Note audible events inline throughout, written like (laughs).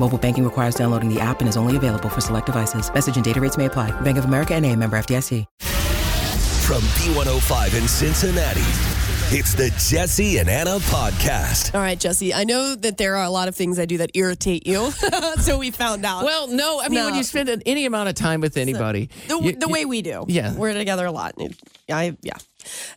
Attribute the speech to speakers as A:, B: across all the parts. A: Mobile banking requires downloading the app and is only available for select devices. Message and data rates may apply. Bank of America and a member FDIC.
B: From B105 in Cincinnati, it's the Jesse and Anna podcast.
C: All right, Jesse, I know that there are a lot of things I do that irritate you. (laughs) so we found out.
D: Well, no, I mean,
C: Uh, No.
D: when you spend an- any amount of time with anybody,
C: the,
D: you-
C: the
D: you-
C: way we do.
D: Yeah.
C: We're together a lot. It- I, yeah.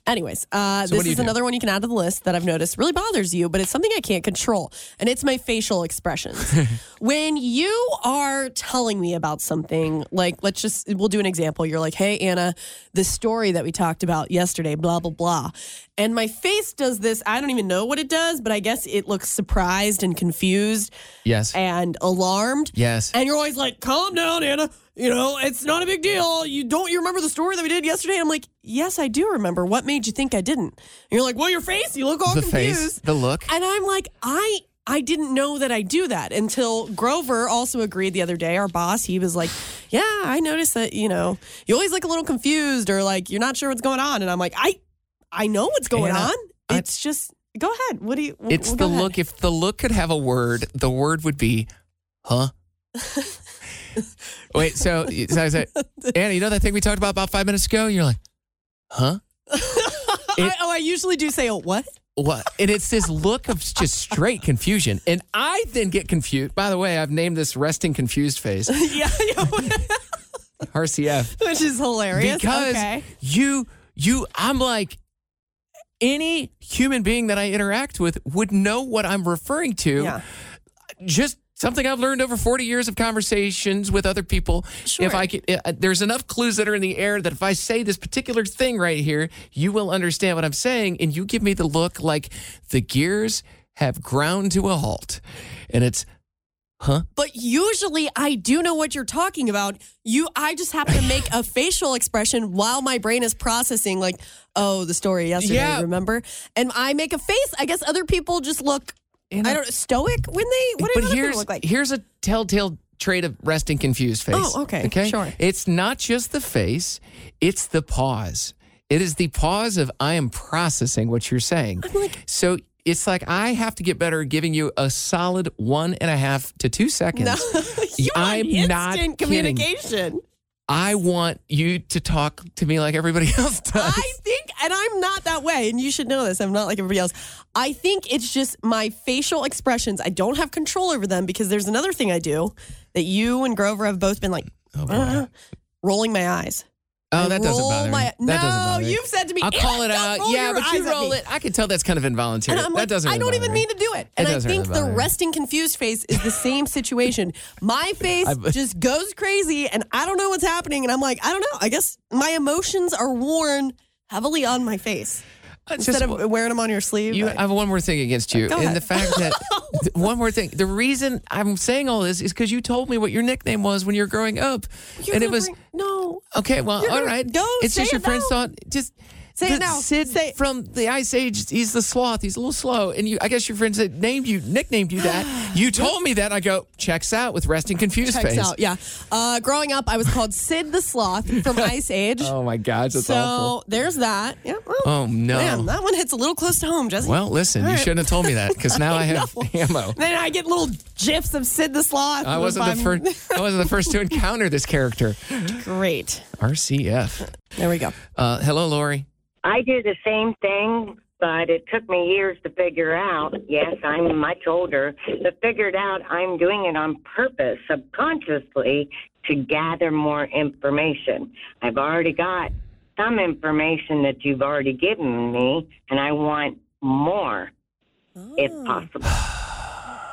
C: Anyways, uh,
D: So what
C: this
D: do you
C: is
D: do?
C: another one you can add to the list that I've noticed really bothers you, but it's something I can't control, and it's my facial
D: (laughs)
C: expressions. when you are telling me about something, like let's just we'll do an example. You're like, "Hey Anna, the story that we talked about yesterday, blah blah blah," and my face does this. I don't even know what it does, but I guess it looks surprised and confused
D: yes,
C: and alarmed.
D: yes,
C: And you're always like, calm down, Anna. You know, it's not a big deal. You don't you remember the story that we did yesterday? I'm like, yes, I do remember. What made you think I didn't? And you're like, well, your face, you look all
D: the
C: confused.
D: face, the look.
C: And I'm like, I I didn't know that I do that until Grover also agreed the other day. Our boss, he was like, Yeah, I noticed that, you know, you always look a little confused or like you're not sure what's going on. And I'm like, I I know what's going
D: Anna,
C: on.
D: I-
C: It's just go ahead. What do you w-
D: It's
C: go
D: the
C: ahead.
D: look. If the look could have a word, the word would be,
C: (laughs)
D: huh? Wait, so, so
C: (laughs)
D: I said, Anna, you know that thing we talked about about five minutes ago? You're like, huh?
C: I, oh, I usually do say, oh, what?
D: What? And it's this look of just straight confusion. And I then get confused. By the way, I've named this resting
C: (laughs)
D: confused face,
C: yeah, yeah.
D: RCF.
C: Which is hilarious.
D: because
C: okay.
D: you you I'm like any human being that I interact with would know what I'm referring to.
C: Yeah.
D: Just something I've learned over 40 years of conversations with other people.
C: Sure.
D: If I could, uh, there's enough clues that are in the air that if I say this particular thing right here, you will understand what I'm saying, and you give me the look like the gears have ground to a halt, and it's
C: But usually I do know what you're talking about. You I just have to make a facial expression while my brain is processing like, oh, the story yesterday,
D: Yeah.
C: remember? And I make a face. I guess other people just look
D: And
C: I
D: I-
C: don't know, stoic when they what do other people
D: here's
C: look like? (laughs)
D: here's a telltale trait of resting confused face.
C: Oh, okay, sure.
D: It's not just the face; it's the pause. It is the pause of I am processing what you're saying. so it's like I have to get better at giving you a solid one and a half to two seconds.
C: (laughs)
D: (laughs)
C: You're on
D: I'm
C: instant
D: not kidding.
C: communication.
D: I want you to talk to me like everybody (laughs) else does.
C: I think, and I'm not that way, and you should know this. I'm not like everybody else. I think it's just my facial expressions. I don't have control over them because there's another thing I do that you and Grover have both been like, "Uh-huh," rolling my eyes.
D: oh,
C: I
D: that doesn't
C: roll
D: bother me.
C: my-
D: that
C: no,
D: doesn't bother me.
C: you've said to me,
D: I'll
C: "Ew,
D: call
C: (laughs)
D: it
C: don't
D: out.
C: roll
D: yeah,
C: your
D: but
C: eyes
D: you
C: at
D: roll
C: me."
D: it. I can tell that's kind of involuntary.
C: And I'm
D: that
C: like,
D: doesn't.
C: I
D: really
C: don't
D: bother
C: even
D: me.
C: mean to do it. And I
D: doesn't
C: think
D: really
C: the
D: bother me.
C: resting confused face is the same situation. My face
D: I've- (laughs)
C: just goes crazy, and I don't know what's happening. And I'm like, I don't know. I guess my emotions are worn heavily on my face
D: It's
C: instead
D: just-
C: of wearing them on your sleeve.
D: You,
C: I-
D: I have one more thing against you,
C: Go
D: and
C: ahead.
D: the fact
C: (laughs)
D: that th- one more thing. The reason I'm saying all this is because you told me what your nickname was when you were growing up,
C: You're
D: and it
C: gonna
D: was
C: bring- no.
D: okay. Well,
C: You're
D: all
C: gonna-
D: right.
C: go
D: it's
C: say
D: just your
C: it
D: friends
C: now.
D: thought just.
C: Say it
D: the
C: now.
D: Sid
C: Say it.
D: from the Ice Age. He's the sloth. He's a little slow, and you. I guess your friends that named you, nicknamed
C: (gasps)
D: you that. You told me that. I go checks out with resting confused
C: Checks
D: face.
C: out. Yeah. Uh, growing up, I was called Sid the Sloth
D: (laughs)
C: from Ice Age.
D: Oh my gosh, that's
C: so
D: awful.
C: there's that. Yeah. well,
D: Oh no.
C: Man, that one hits a little close to home, Jesse. (laughs)
D: well, listen,
C: All
D: you
C: right.
D: shouldn't have told me
C: (laughs)
D: that because now I have ammo.
C: Then I get little gifs of Sid the Sloth.
D: I wasn't
C: if
D: the
C: I'm-
D: first. I wasn't the first to encounter this character.
C: (laughs) Great.
D: RCF.
C: There we go.
D: Uh, hello, Lori.
E: I do the same thing, but it took me years to figure out. Yes, I'm much older, but figured out I'm doing it on purpose, subconsciously, to gather more information. I've already got some information that you've already given me, and I want more if possible.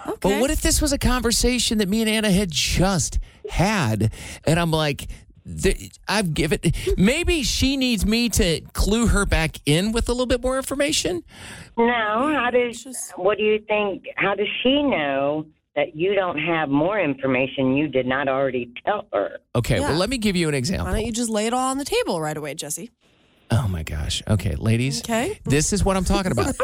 C: Okay.
D: But what if this was a conversation that me and Anna had just had, and I'm like, th- I've given. Maybe she needs me to clue her back in with a little bit more information.
E: No, how does, what do you think? How does she know that you don't have more information you did not already tell her?
D: Okay,
C: Yeah.
D: well, let me give you an
C: Why
D: example.
C: don't you just lay it all on the table right away, Jesse?
D: Oh my gosh. Okay, ladies.
C: Okay.
D: This is what I'm
C: (laughs)
D: talking about.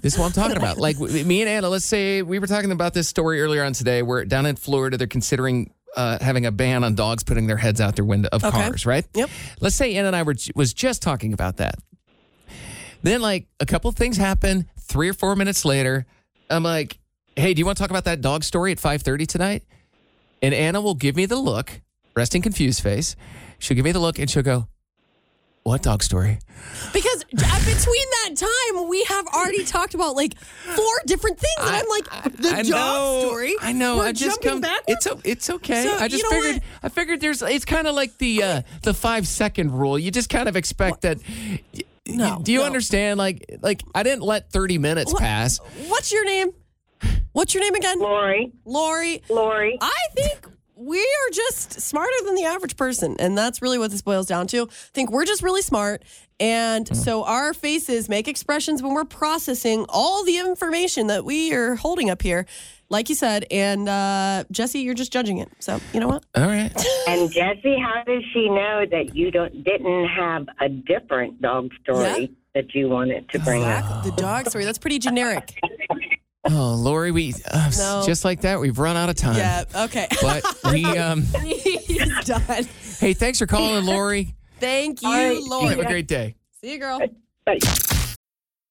D: this is what I'm talking about. Like w- me and Anna, let's say we were talking about this story earlier on today. We're down in Florida. They're considering uh, having a ban on dogs putting their heads out their window of
C: Okay.
D: cars, right?
C: Yep.
D: Let's say Anna and I were was just talking about that. Then like a couple of things happen. Three or four minutes later, I'm like, "Hey, do you want to talk about that dog story at 5:30 tonight?" And Anna will give me the look, resting confused face. She'll give me the look and she'll go, "What dog story?"
C: Because d- uh, between that time, we have already talked about like four different things, and I'm like, the
D: I
C: job
D: know,
C: story.
D: I know.
C: We're
D: I just
C: jumping
D: come.
C: backwards?
D: It's o- it's okay.
C: So,
D: I just
C: you know
D: figured. I figured there's. It's kind of like the uh, the five second rule. You just kind of expect that. y-
C: No,
D: Do you
C: no.
D: understand? Like like I didn't let thirty minutes
C: What-
D: pass.
C: What's your name? What's your name again?
E: Lori,
C: Lori.
E: Lori,
C: I think we are just smarter than the average person. And that's really what this boils down to. I think we're just really smart.
D: Mm.
C: And so our faces make expressions when we're processing all the information that we are holding up here, like you said. And uh, Jesse, you're just judging it. So you know
D: (sighs)
C: what?
D: All
C: (laughs)
D: right.
E: and Jesse, how does she know that you don't didn't have a different dog story
C: Yeah.
E: that you wanted to bring up?
C: The dog story. That's pretty
D: (laughs)
C: generic.
D: Oh, Lori, we uh, s-
C: No.
D: just like that. We've run out of time.
C: Yeah. Okay.
D: But we um.
C: (laughs) He's done.
D: hey, thanks for calling, Lori.
C: Thank you,
D: You have a
C: Lord.
D: great day.
C: See you, girl.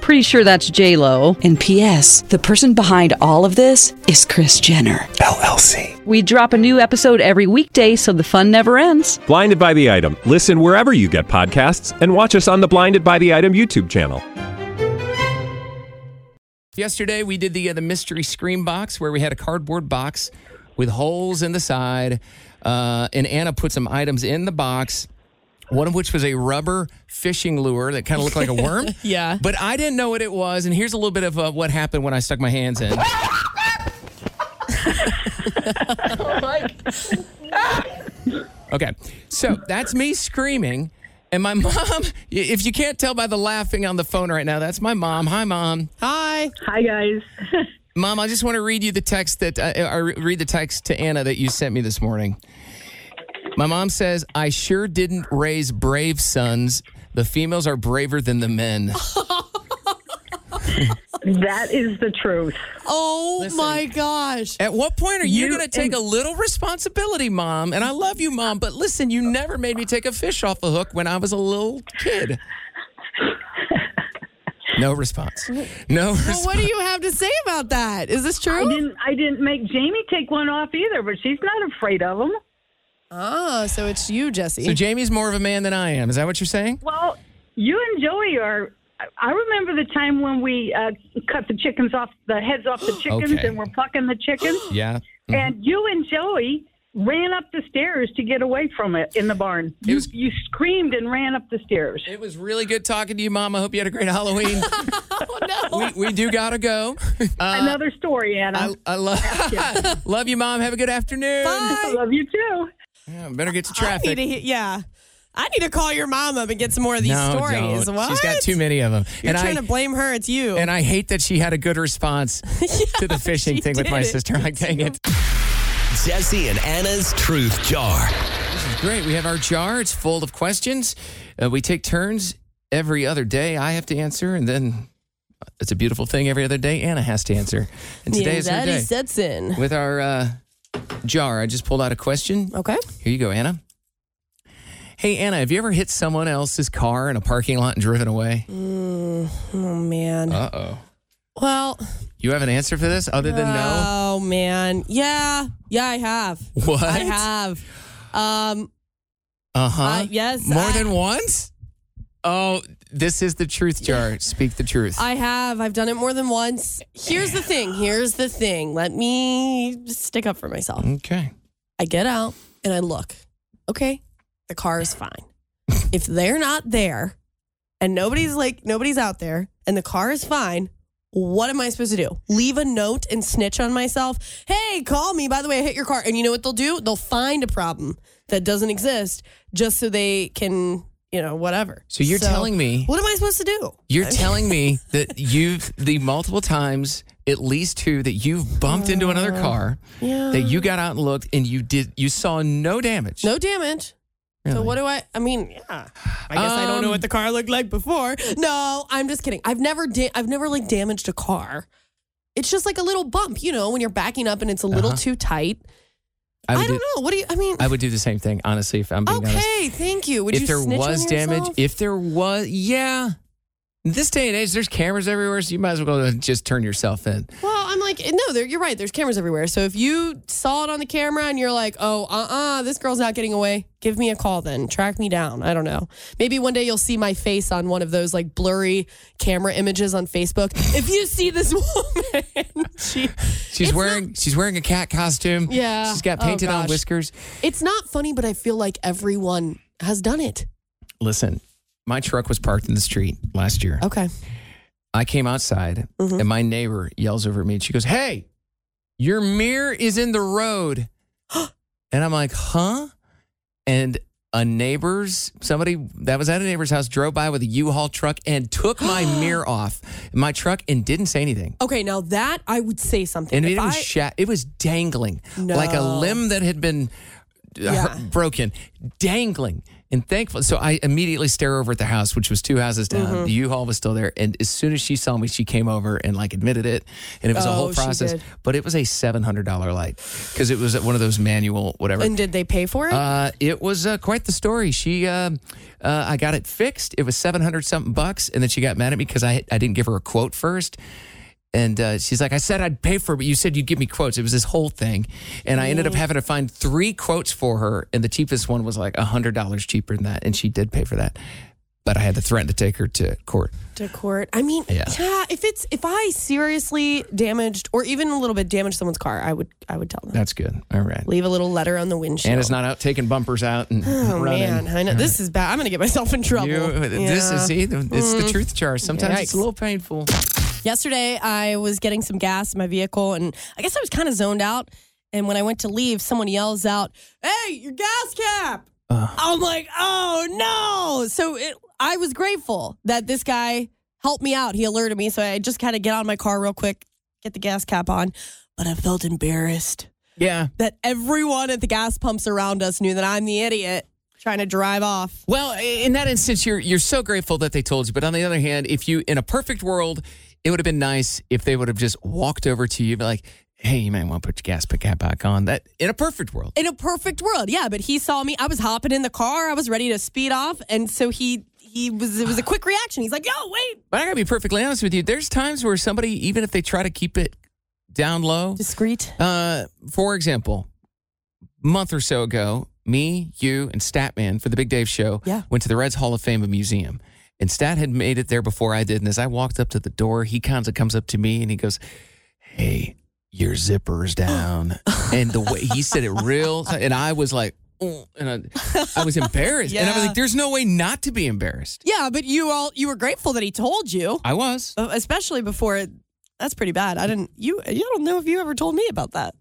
F: Pretty sure that's J Lo.
G: And P.S. The person behind all of this is Chris Jenner.
H: LLC.
F: We drop a new episode every weekday, so the fun never ends.
H: Blinded by the item. Listen wherever you get podcasts, and watch us on the Blinded by the Item YouTube channel.
D: Yesterday, we did the uh, the mystery scream box where we had a cardboard box with holes in the side, uh, and Anna put some items in the box. One of which was a rubber fishing lure that kind of looked like a worm.
C: Yeah.
D: But I didn't know what it was. And here's a little bit of uh, what happened when I stuck my hands in. Okay. So that's me screaming. And my (laughs) mom, i- if you can't tell by the laughing on the phone right now, that's my mom. Hi, mom. Hi.
I: Hi guys.
D: Mom, I just want to read you the text that uh, I read the text to Anna that you sent me this morning. My mom says, "I sure didn't raise brave sons. The females are braver than the men."
I: that is the truth.
C: Oh my gosh.
D: At what point are you,
I: You
D: going to take
I: and-
D: a little responsibility, mom? And I love you, mom, but listen, you never made me take a fish off the hook when I was a little kid. No response. No
C: Well, what
D: response.
C: do you have to say about that? Is this
I: I
C: true?
I: didn't I didn't make Jamie take one off either, but she's not afraid of them.
C: Ah, so it's you, Jesse. (laughs)
D: So Jamie's more of a man than I am. Is that what you're saying?
I: Well, you and Joey are I- I remember the time when we uh, cut the chickens off the heads off the chickens
D: Okay.
I: and we're plucking the chickens
D: Yeah.
I: and you and Joey ran up the stairs to get away from it in the barn. You, you screamed and ran up the stairs.
D: It was really good talking to you, Mom. I hope you had a great Halloween.
C: Oh,
D: we, we do
C: (laughs)
D: gotta go. Uh,
I: Another story, Anna.
D: I, I love (laughs) love you, Mom. Have a good afternoon.
C: Bye.
I: Love you too.
D: Yeah, better get to
C: I need
D: traffic.
C: to, he- yeah. I need to call your mom up and get some more of these
D: no,
C: stories.
D: Don't.
C: What?
D: She's got too many of them.
C: You're
D: and
C: trying
D: I,
C: to blame her. It's you.
D: (laughs) and I hate that she had a
C: (laughs)
D: good response to the fishing thing with my
C: did.
D: sister. I'm Like, dang it.
B: Jesse and Anna's Truth Jar.
D: This is great. We have our jar. It's full of questions. Uh, we take turns every other day. I have to answer, and then it's a beautiful thing. Every other day, Anna has to answer. And today
C: yeah,
D: is her
C: Daddy
D: day.
C: Stetson.
D: With our uh, jar, I just pulled out a question.
C: Okay.
D: Here you go, Anna. Hey, Anna, have you ever hit someone else's car in a parking lot and driven away?
C: Mm, oh, man.
D: Uh oh.
C: well,
D: You have an answer for this other than no?
C: Oh man, yeah, yeah, I have.
D: What?
C: I have. Um,
D: Uh huh.
C: I- yes,
D: More
C: I-
D: than once? Oh, this is the truth jar. Speak the truth.
C: I have. I've done it more than once. Here's the thing. Here's the thing. Let me stick up for myself.
D: okay.
C: I get out and I look. Okay, the car is fine. if they're not there, and nobody's like nobody's out there, and the car is fine. What am I supposed to do? Leave a note and snitch on myself. Hey, call me. By the way, I hit your car. And you know what they'll do? They'll find a problem that doesn't exist just so they can, you know, whatever.
D: So you're telling me-
C: What am I supposed to do? (laughs)
D: You're telling me that you've the multiple times, at least two, that you've bumped into another car,
C: Yeah.
D: that you got out and looked, and you did you saw no damage.
C: No damage. So what do I? I mean, yeah. I guess I don't know
D: Um,
C: what the car looked like before. No, I'm just kidding. I've never, da- I've never like damaged a car. It's just like a little bump, you know, when you're backing up and it's a little too tight.
D: Uh-huh. I
C: I,
D: would
C: don't
D: do,
C: know. What do you? I mean,
D: I would do the same thing, honestly. If I'm being honest.
C: okay, thank you. Would
D: if
C: you
D: there
C: snitch
D: was
C: on
D: damage,
C: yourself?
D: if there was, yeah. In this day and age, there's cameras everywhere, so you might as well just turn yourself in.
C: well, I'm like, no, there, you're right. There's cameras everywhere. So if you saw it on the camera and you're like, oh, uh, uh this girl's not getting away. Give me a call then. Track me down. I don't know. Maybe one day you'll see my face on one of those like blurry camera images on Facebook. if you see this (laughs) woman, she,
D: She's
C: It's
D: wearing she's wearing a cat costume.
C: Yeah.
D: she's got
C: Oh,
D: painted on
C: gosh.
D: whiskers.
C: it's not funny, but I feel like everyone has done it.
D: Listen, my truck was parked in the street last year.
C: Okay.
D: I came outside and my neighbor yells over at me and she goes, Hey, your mirror is in the road. and I'm like, Huh? And a neighbor's, somebody that was at a neighbor's house drove by with a U Haul truck and took my mirror off my truck and didn't say anything.
C: Okay, now that I would say something.
D: And
C: If
D: it was
C: I-
D: shat, it was dangling like a
C: No.
D: limb that had been uh,
C: Yeah.
D: (laughs) broken, dangling. And thankful, so I immediately stare over at the house, which was two houses down.
C: Mm-hmm.
D: The U-Haul was still there, and as soon as she saw me, she came over and like admitted it, and it was a
C: Oh,
D: whole
C: she
D: process.
C: did.
D: But it was a seven hundred dollar light because it was one of those manual whatever.
C: and did they pay for it?
D: Uh, it was uh, quite the story. She, uh, uh, I got it fixed. It was seven hundred something bucks, and then she got mad at me because I I didn't give her a quote first. And uh, she's like, I said I'd pay for it, but you said you'd give me quotes. It was this whole thing, and I ended up having to find three quotes for her, and the cheapest one was like hundred dollars cheaper than that, and she did pay for that. But I had to threaten to take her to court.
C: to court. I mean, yeah.
D: Yeah.
C: If it's if I seriously damaged or even a little bit damaged someone's car, I would I would tell them.
D: That's good. All right.
C: Leave a little letter on the windshield.
D: Anna's not out taking bumpers out and
C: Oh
D: running.
C: man, I know this is bad. I'm gonna get myself in trouble.
D: You- This
C: Yeah. Mm.
D: is see, the- it's the truth jar. Sometimes it's
C: Yikes.
D: a little painful.
C: Yesterday, I was getting some gas in my vehicle, and I guess I was kind of zoned out. And when I went to leave, someone yells out, "Hey, your gas cap!" I'm like, "Oh no!" So it, I was grateful that this guy helped me out. He alerted me, so I just had to get out of my car real quick, get the gas cap on. But I felt embarrassed
D: Yeah.
C: that everyone at the gas pumps around us knew that I'm the idiot trying to drive off.
D: Well, i- in that instance, you're you're so grateful that they told you. But on the other hand, if you in a perfect world, it would have been nice if they would have just walked over to you, be like, "Hey, you might want to put your gas cap back on." That in a perfect world,
C: in a perfect world yeah but he saw me i was hopping in the car i was ready to speed off and so he he was it was a quick reaction he's like yo wait
D: but I gotta be perfectly honest with you. There's times where somebody, even if they try to keep it down low,
C: discreet
D: Uh, for example, month or so ago, me, you, and Statman for the Big Dave show
C: Yeah.
D: went to the Reds Hall of Fame museum. And Stat had made it there before I did. And as I walked up to the door, he kind of comes up to me and he goes, Hey, your zipper's
C: (laughs)
D: down. and the way he said it real, and I was like, oh, and I, I was embarrassed. And I was
C: Yeah.
D: like, there's no way not to be embarrassed.
C: Yeah, but you all you were grateful that he told you. uh,
D: I was.
C: Especially before it, that's pretty bad. I didn't you you don't know if you ever told me about that.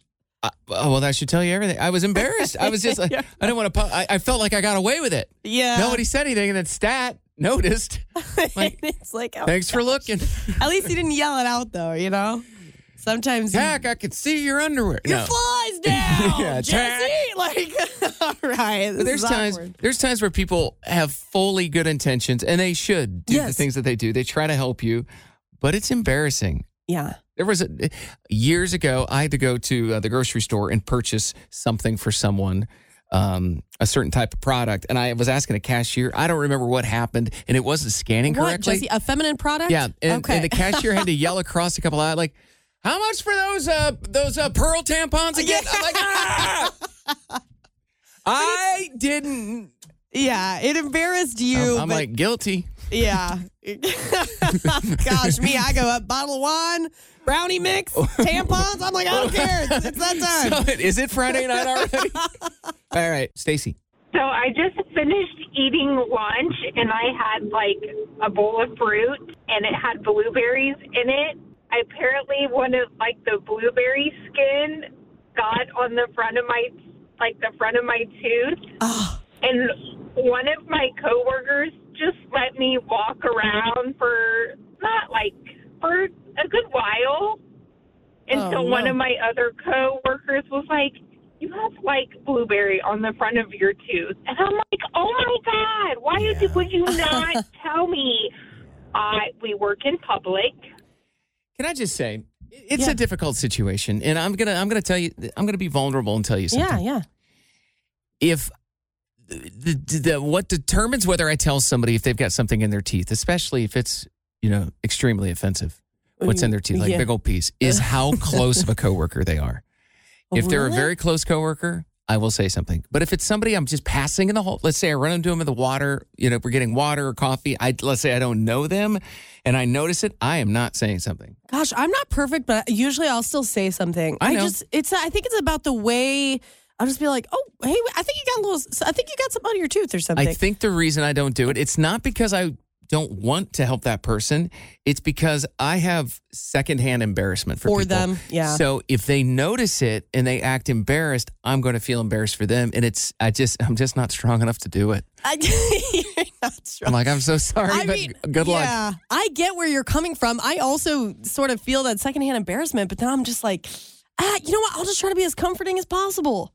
D: I, oh, well, that should tell you everything. I was embarrassed. I
C: (laughs)
D: was just like, I didn't want to, pu- I, I felt like I got away with it.
C: Yeah. (laughs)
D: Nobody said anything. And then Stat noticed.
C: it's like (laughs) oh,
D: Thanks for looking.
C: At least he didn't yell it out though, you know? Sometimes
D: Heck, I could see your underwear.
C: Your
D: No. (laughs)
C: flies down.
D: Yeah,
C: Jesse. Like (laughs) all right.
D: But there's times there's times where people have fully good intentions and they should do the things that they do. They try to help you, but it's embarrassing.
C: Yeah.
D: There was a, years ago I had to go to uh, the grocery store and purchase something for someone, um, a certain type of product, and I was asking a cashier. I don't remember what happened, and it wasn't scanning
C: What,
D: correctly.
C: Jesse? A feminine product?
D: Yeah, and, and the cashier had to yell across a couple of like, "How much for those uh those uh pearl tampons again?" I'm like, "Ah!" I didn't.
C: Yeah, it embarrassed you.
D: I'm, I'm
C: but-
D: like guilty.
C: Yeah. (laughs) Gosh, me, I go up bottle of wine, brownie
D: (laughs)
C: mix, tampons. I'm like, I don't care. It's, it's that time.
D: So, is it Friday night already? All right, Stacy.
J: So I just finished eating lunch and I had like a bowl of fruit and it had blueberries in it. I apparently one of like the blueberry skin got on the front of my like the front of my tooth. And one of my coworkers just let me walk around for not like for a good while. And
K: Oh,
J: so one
K: no.
J: of my other coworkers was like, "You have like blueberry on the front of your tooth," and I'm like, "Oh my god, why did, would you
K: (laughs)
J: not tell me?" I we work in public.
D: Can I just say it's a difficult situation, and I'm gonna I'm gonna tell you I'm gonna be vulnerable and tell you something.
C: Yeah, yeah.
D: if the, the, the what determines whether I tell somebody if they've got something in their teeth, especially if it's you know extremely offensive, what's in their teeth, like
L: Yeah.
D: big old piece, is how close of a coworker they are. If they're a
L: Really?
D: very close coworker, I will say something. But if it's somebody I'm just passing in the hall, let's say I run into them in the water, you know, if we're getting water or coffee, I let's say I don't know them, and I notice it, I am not saying something.
C: Gosh, I'm not perfect, but usually I'll still say something.
D: I know.
C: just, it's, I think it's about the way I'll just be like, oh, hey, I think you got a little, I think you got something on your tooth or something.
D: I think the reason I don't do it, it's not because I don't want to help that person. It's because I have secondhand embarrassment for,
C: For
D: people.
C: them, yeah.
D: So if they notice it and they act embarrassed, I'm going to feel embarrassed for them, and it's I just I'm just not strong enough to do it.
C: (laughs) I, (laughs) you're not strong.
D: I'm like I'm so sorry, but g- good luck.
C: Yeah, I get where you're coming from. I also sort of feel that secondhand embarrassment, but then I'm just like, ah, you know what? I'll just try to be as comforting as possible.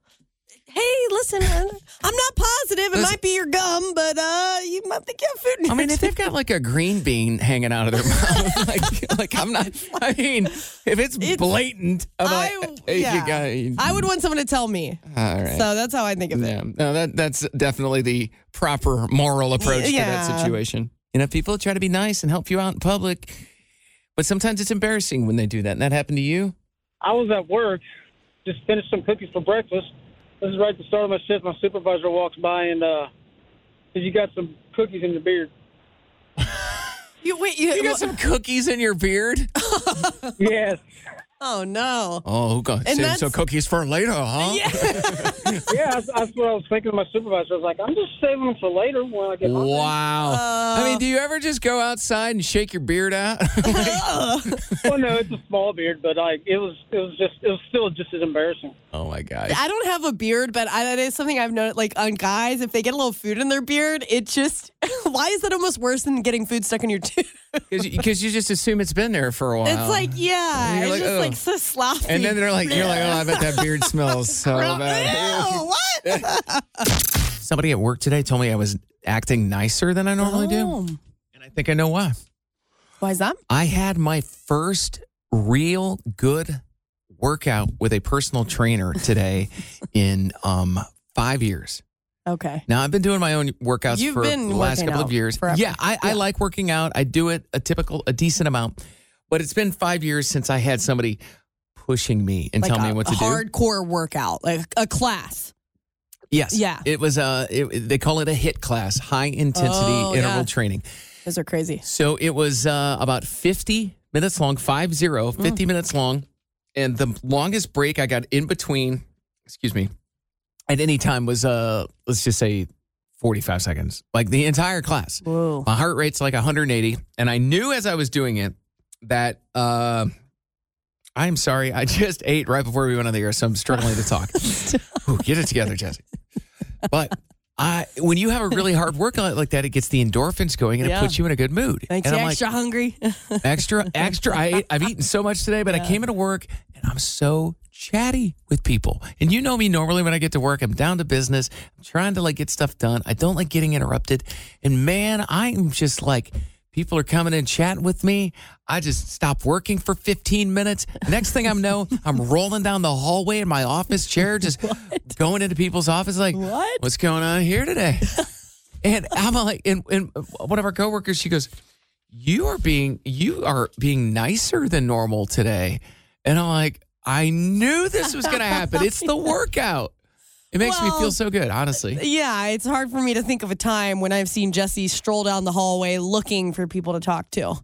C: Hey, listen, (laughs) man, I'm not positive. It might be your gum, but uh, you might think you have food. in
D: I
C: your (laughs)
D: mean, if they've
C: teeth.
D: got like a green bean hanging out of their (laughs) mouth, like, like I'm not. I mean, if it's, blatant, I'm like, hey,
C: yeah.
D: you got.
C: I would want someone to tell me.
D: All right.
C: So that's how I think of it.
D: Yeah, no, that that's definitely the proper moral approach to
C: Yeah.
D: that situation. You know, people try to be nice and help you out in public, but sometimes it's embarrassing when they do that. And that happened to you?
M: I was at work, just finished some cookies for breakfast. This is right at the start of my shift. My supervisor walks by and uh, says, "You got some cookies in your beard."
C: You wait. You,
D: got some cookies in
C: (laughs)
D: your beard?
M: yes.
C: Oh no.
D: Oh, God.
M: And
D: So,
M: that's-
D: so cookies for later, huh?
M: (laughs) yeah, that's, that's what I was thinking. of My supervisor I was like, "I'm just saving them for later when I get home."
D: (laughs) Wow. I
C: Uh,
D: mean, do you ever just go outside and shake your beard out? (laughs)
M: well, no, it's a small beard, but like it was, it was just, it was still just as embarrassing.
D: oh, my God.
C: (laughs) I don't have a beard, but I, that is something I've noticed. Like on guys, if they get a little food in their beard, it just (laughs) why is that almost worse than getting food stuck in your (laughs) tooth?
D: Because you just assume it's been there for a while.
C: It's like yeah,
D: You're
C: it's
D: like,
C: just
D: "Ugh."
C: like so sloppy.
D: And then they're like, you're like, oh, I bet that beard
C: (laughs)
D: smells so bad.
C: oh, what?
D: Somebody at work today told me I was acting nicer than I normally
C: Oh.
D: do. And I think I know why.
C: Why is that?
D: I had my first real good workout with a personal
C: (laughs)
D: trainer today in um, five years.
C: Okay.
D: Now I've been doing my own workouts
C: You've
D: for
C: been
D: the last
C: working
D: couple of
C: out
D: years.
C: forever.
D: Yeah, I, I like working out. I do it a typical, a decent amount, but it's been five years since I had somebody pushing me and
C: like
D: telling
C: a
D: me what to do.
C: hardcore workout, like a class.
D: Yes.
C: Yeah.
D: It was uh it, they call it a hit class, high intensity
C: Oh,
D: interval
C: yeah.
D: training.
C: Those are crazy. Mm.
D: So it was uh, about 50 minutes long, five zero, 50 minutes long. and the longest break I got in between, excuse me, at any time was uh let's just say 45 seconds. Like the entire class.
C: Whoa.
D: My heart rate's like 180 and I knew as I was doing it that uh I'm sorry, I just ate right before we went on the air, so I'm struggling to
C: (laughs)
D: talk. Ooh, get it together, Jesse. But I, when you have a really hard workout like that, it gets the endorphins going and
C: Yeah.
D: it puts you in a good mood.
C: Makes
D: and
C: you
D: I'm like,
C: extra hungry.
D: extra, (laughs) extra. I ate, I've eaten so much today, but I came into work and I'm so chatty with people. And you know me normally when I get to work, I'm down to business. I'm trying to like get stuff done. I don't like getting interrupted. And man, I'm just like, people are coming and chatting with me. I just stop working for 15 minutes. Next thing I know, (laughs) I'm rolling down the hallway in my office chair, just (laughs) going into people's office like, what? what's going on here today? and I'm like, and, and one of our coworkers, she goes, you are being you are being nicer than normal today and i'm like i knew this was gonna happen it's
C: (laughs)
D: the workout it makes me
C: Well,
D: feel so good honestly
C: Yeah, it's hard for me to think of a time when I've seen Jesse stroll down the hallway looking for people to talk to.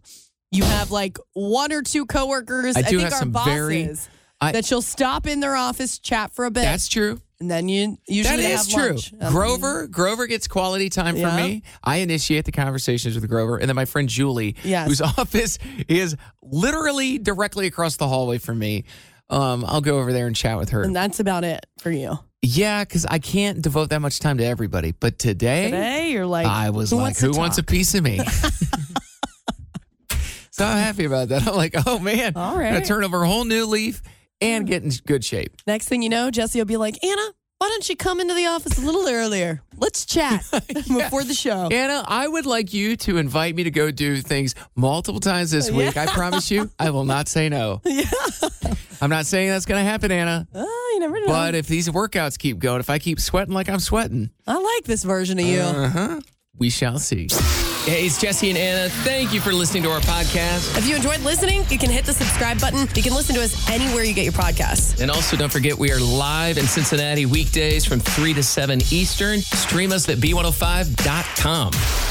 C: You have like one or two coworkers.
D: I do
C: think
D: have
C: our
D: some
C: bosses
D: very- I-
C: that she'll stop in their office, chat for a bit.
D: That's true.
C: And then you usually
D: that is
C: have
D: true
C: lunch. Um,
D: grover grover gets quality time
C: Yeah.
D: from me i initiate the conversations with grover and then my friend julie
C: Yes.
D: whose (laughs) office is literally directly across the hallway from me um, i'll go over there and chat with her
C: And that's about it for you.
D: yeah because i can't devote that much time to everybody but today
C: Today you're like
D: I was like,
C: to
D: who wants a
C: talk?"
D: piece of (laughs) me? so I'm happy about that. I'm like, oh man, all right. Mm. I'm gonna
C: right.
D: turn over a whole new leaf and get in good shape.
C: Next thing you know, Jesse will be like, Anna, why don't you come into the office a little earlier? Let's
D: (laughs)
C: chat before the show.
D: Anna, I would like you to invite me to go do things multiple times this week. I promise you, I will not say no. (laughs) Yeah. Uh-huh. I'm not saying that's going to happen, Anna.
C: Oh, you never know.
D: But if these workouts keep going, if I keep sweating like I'm sweating,
C: I like this version of you.
D: Uh-huh. we shall see. Hey, it's Jesse and Anna. Thank you for listening to our podcast.
C: If you enjoyed listening, you can hit the subscribe button. You can listen to us anywhere you get your podcasts.
K: And also, don't forget, we are live in oh Cincinnati weekdays from 3 to 7 Eastern. Stream us at B105.com.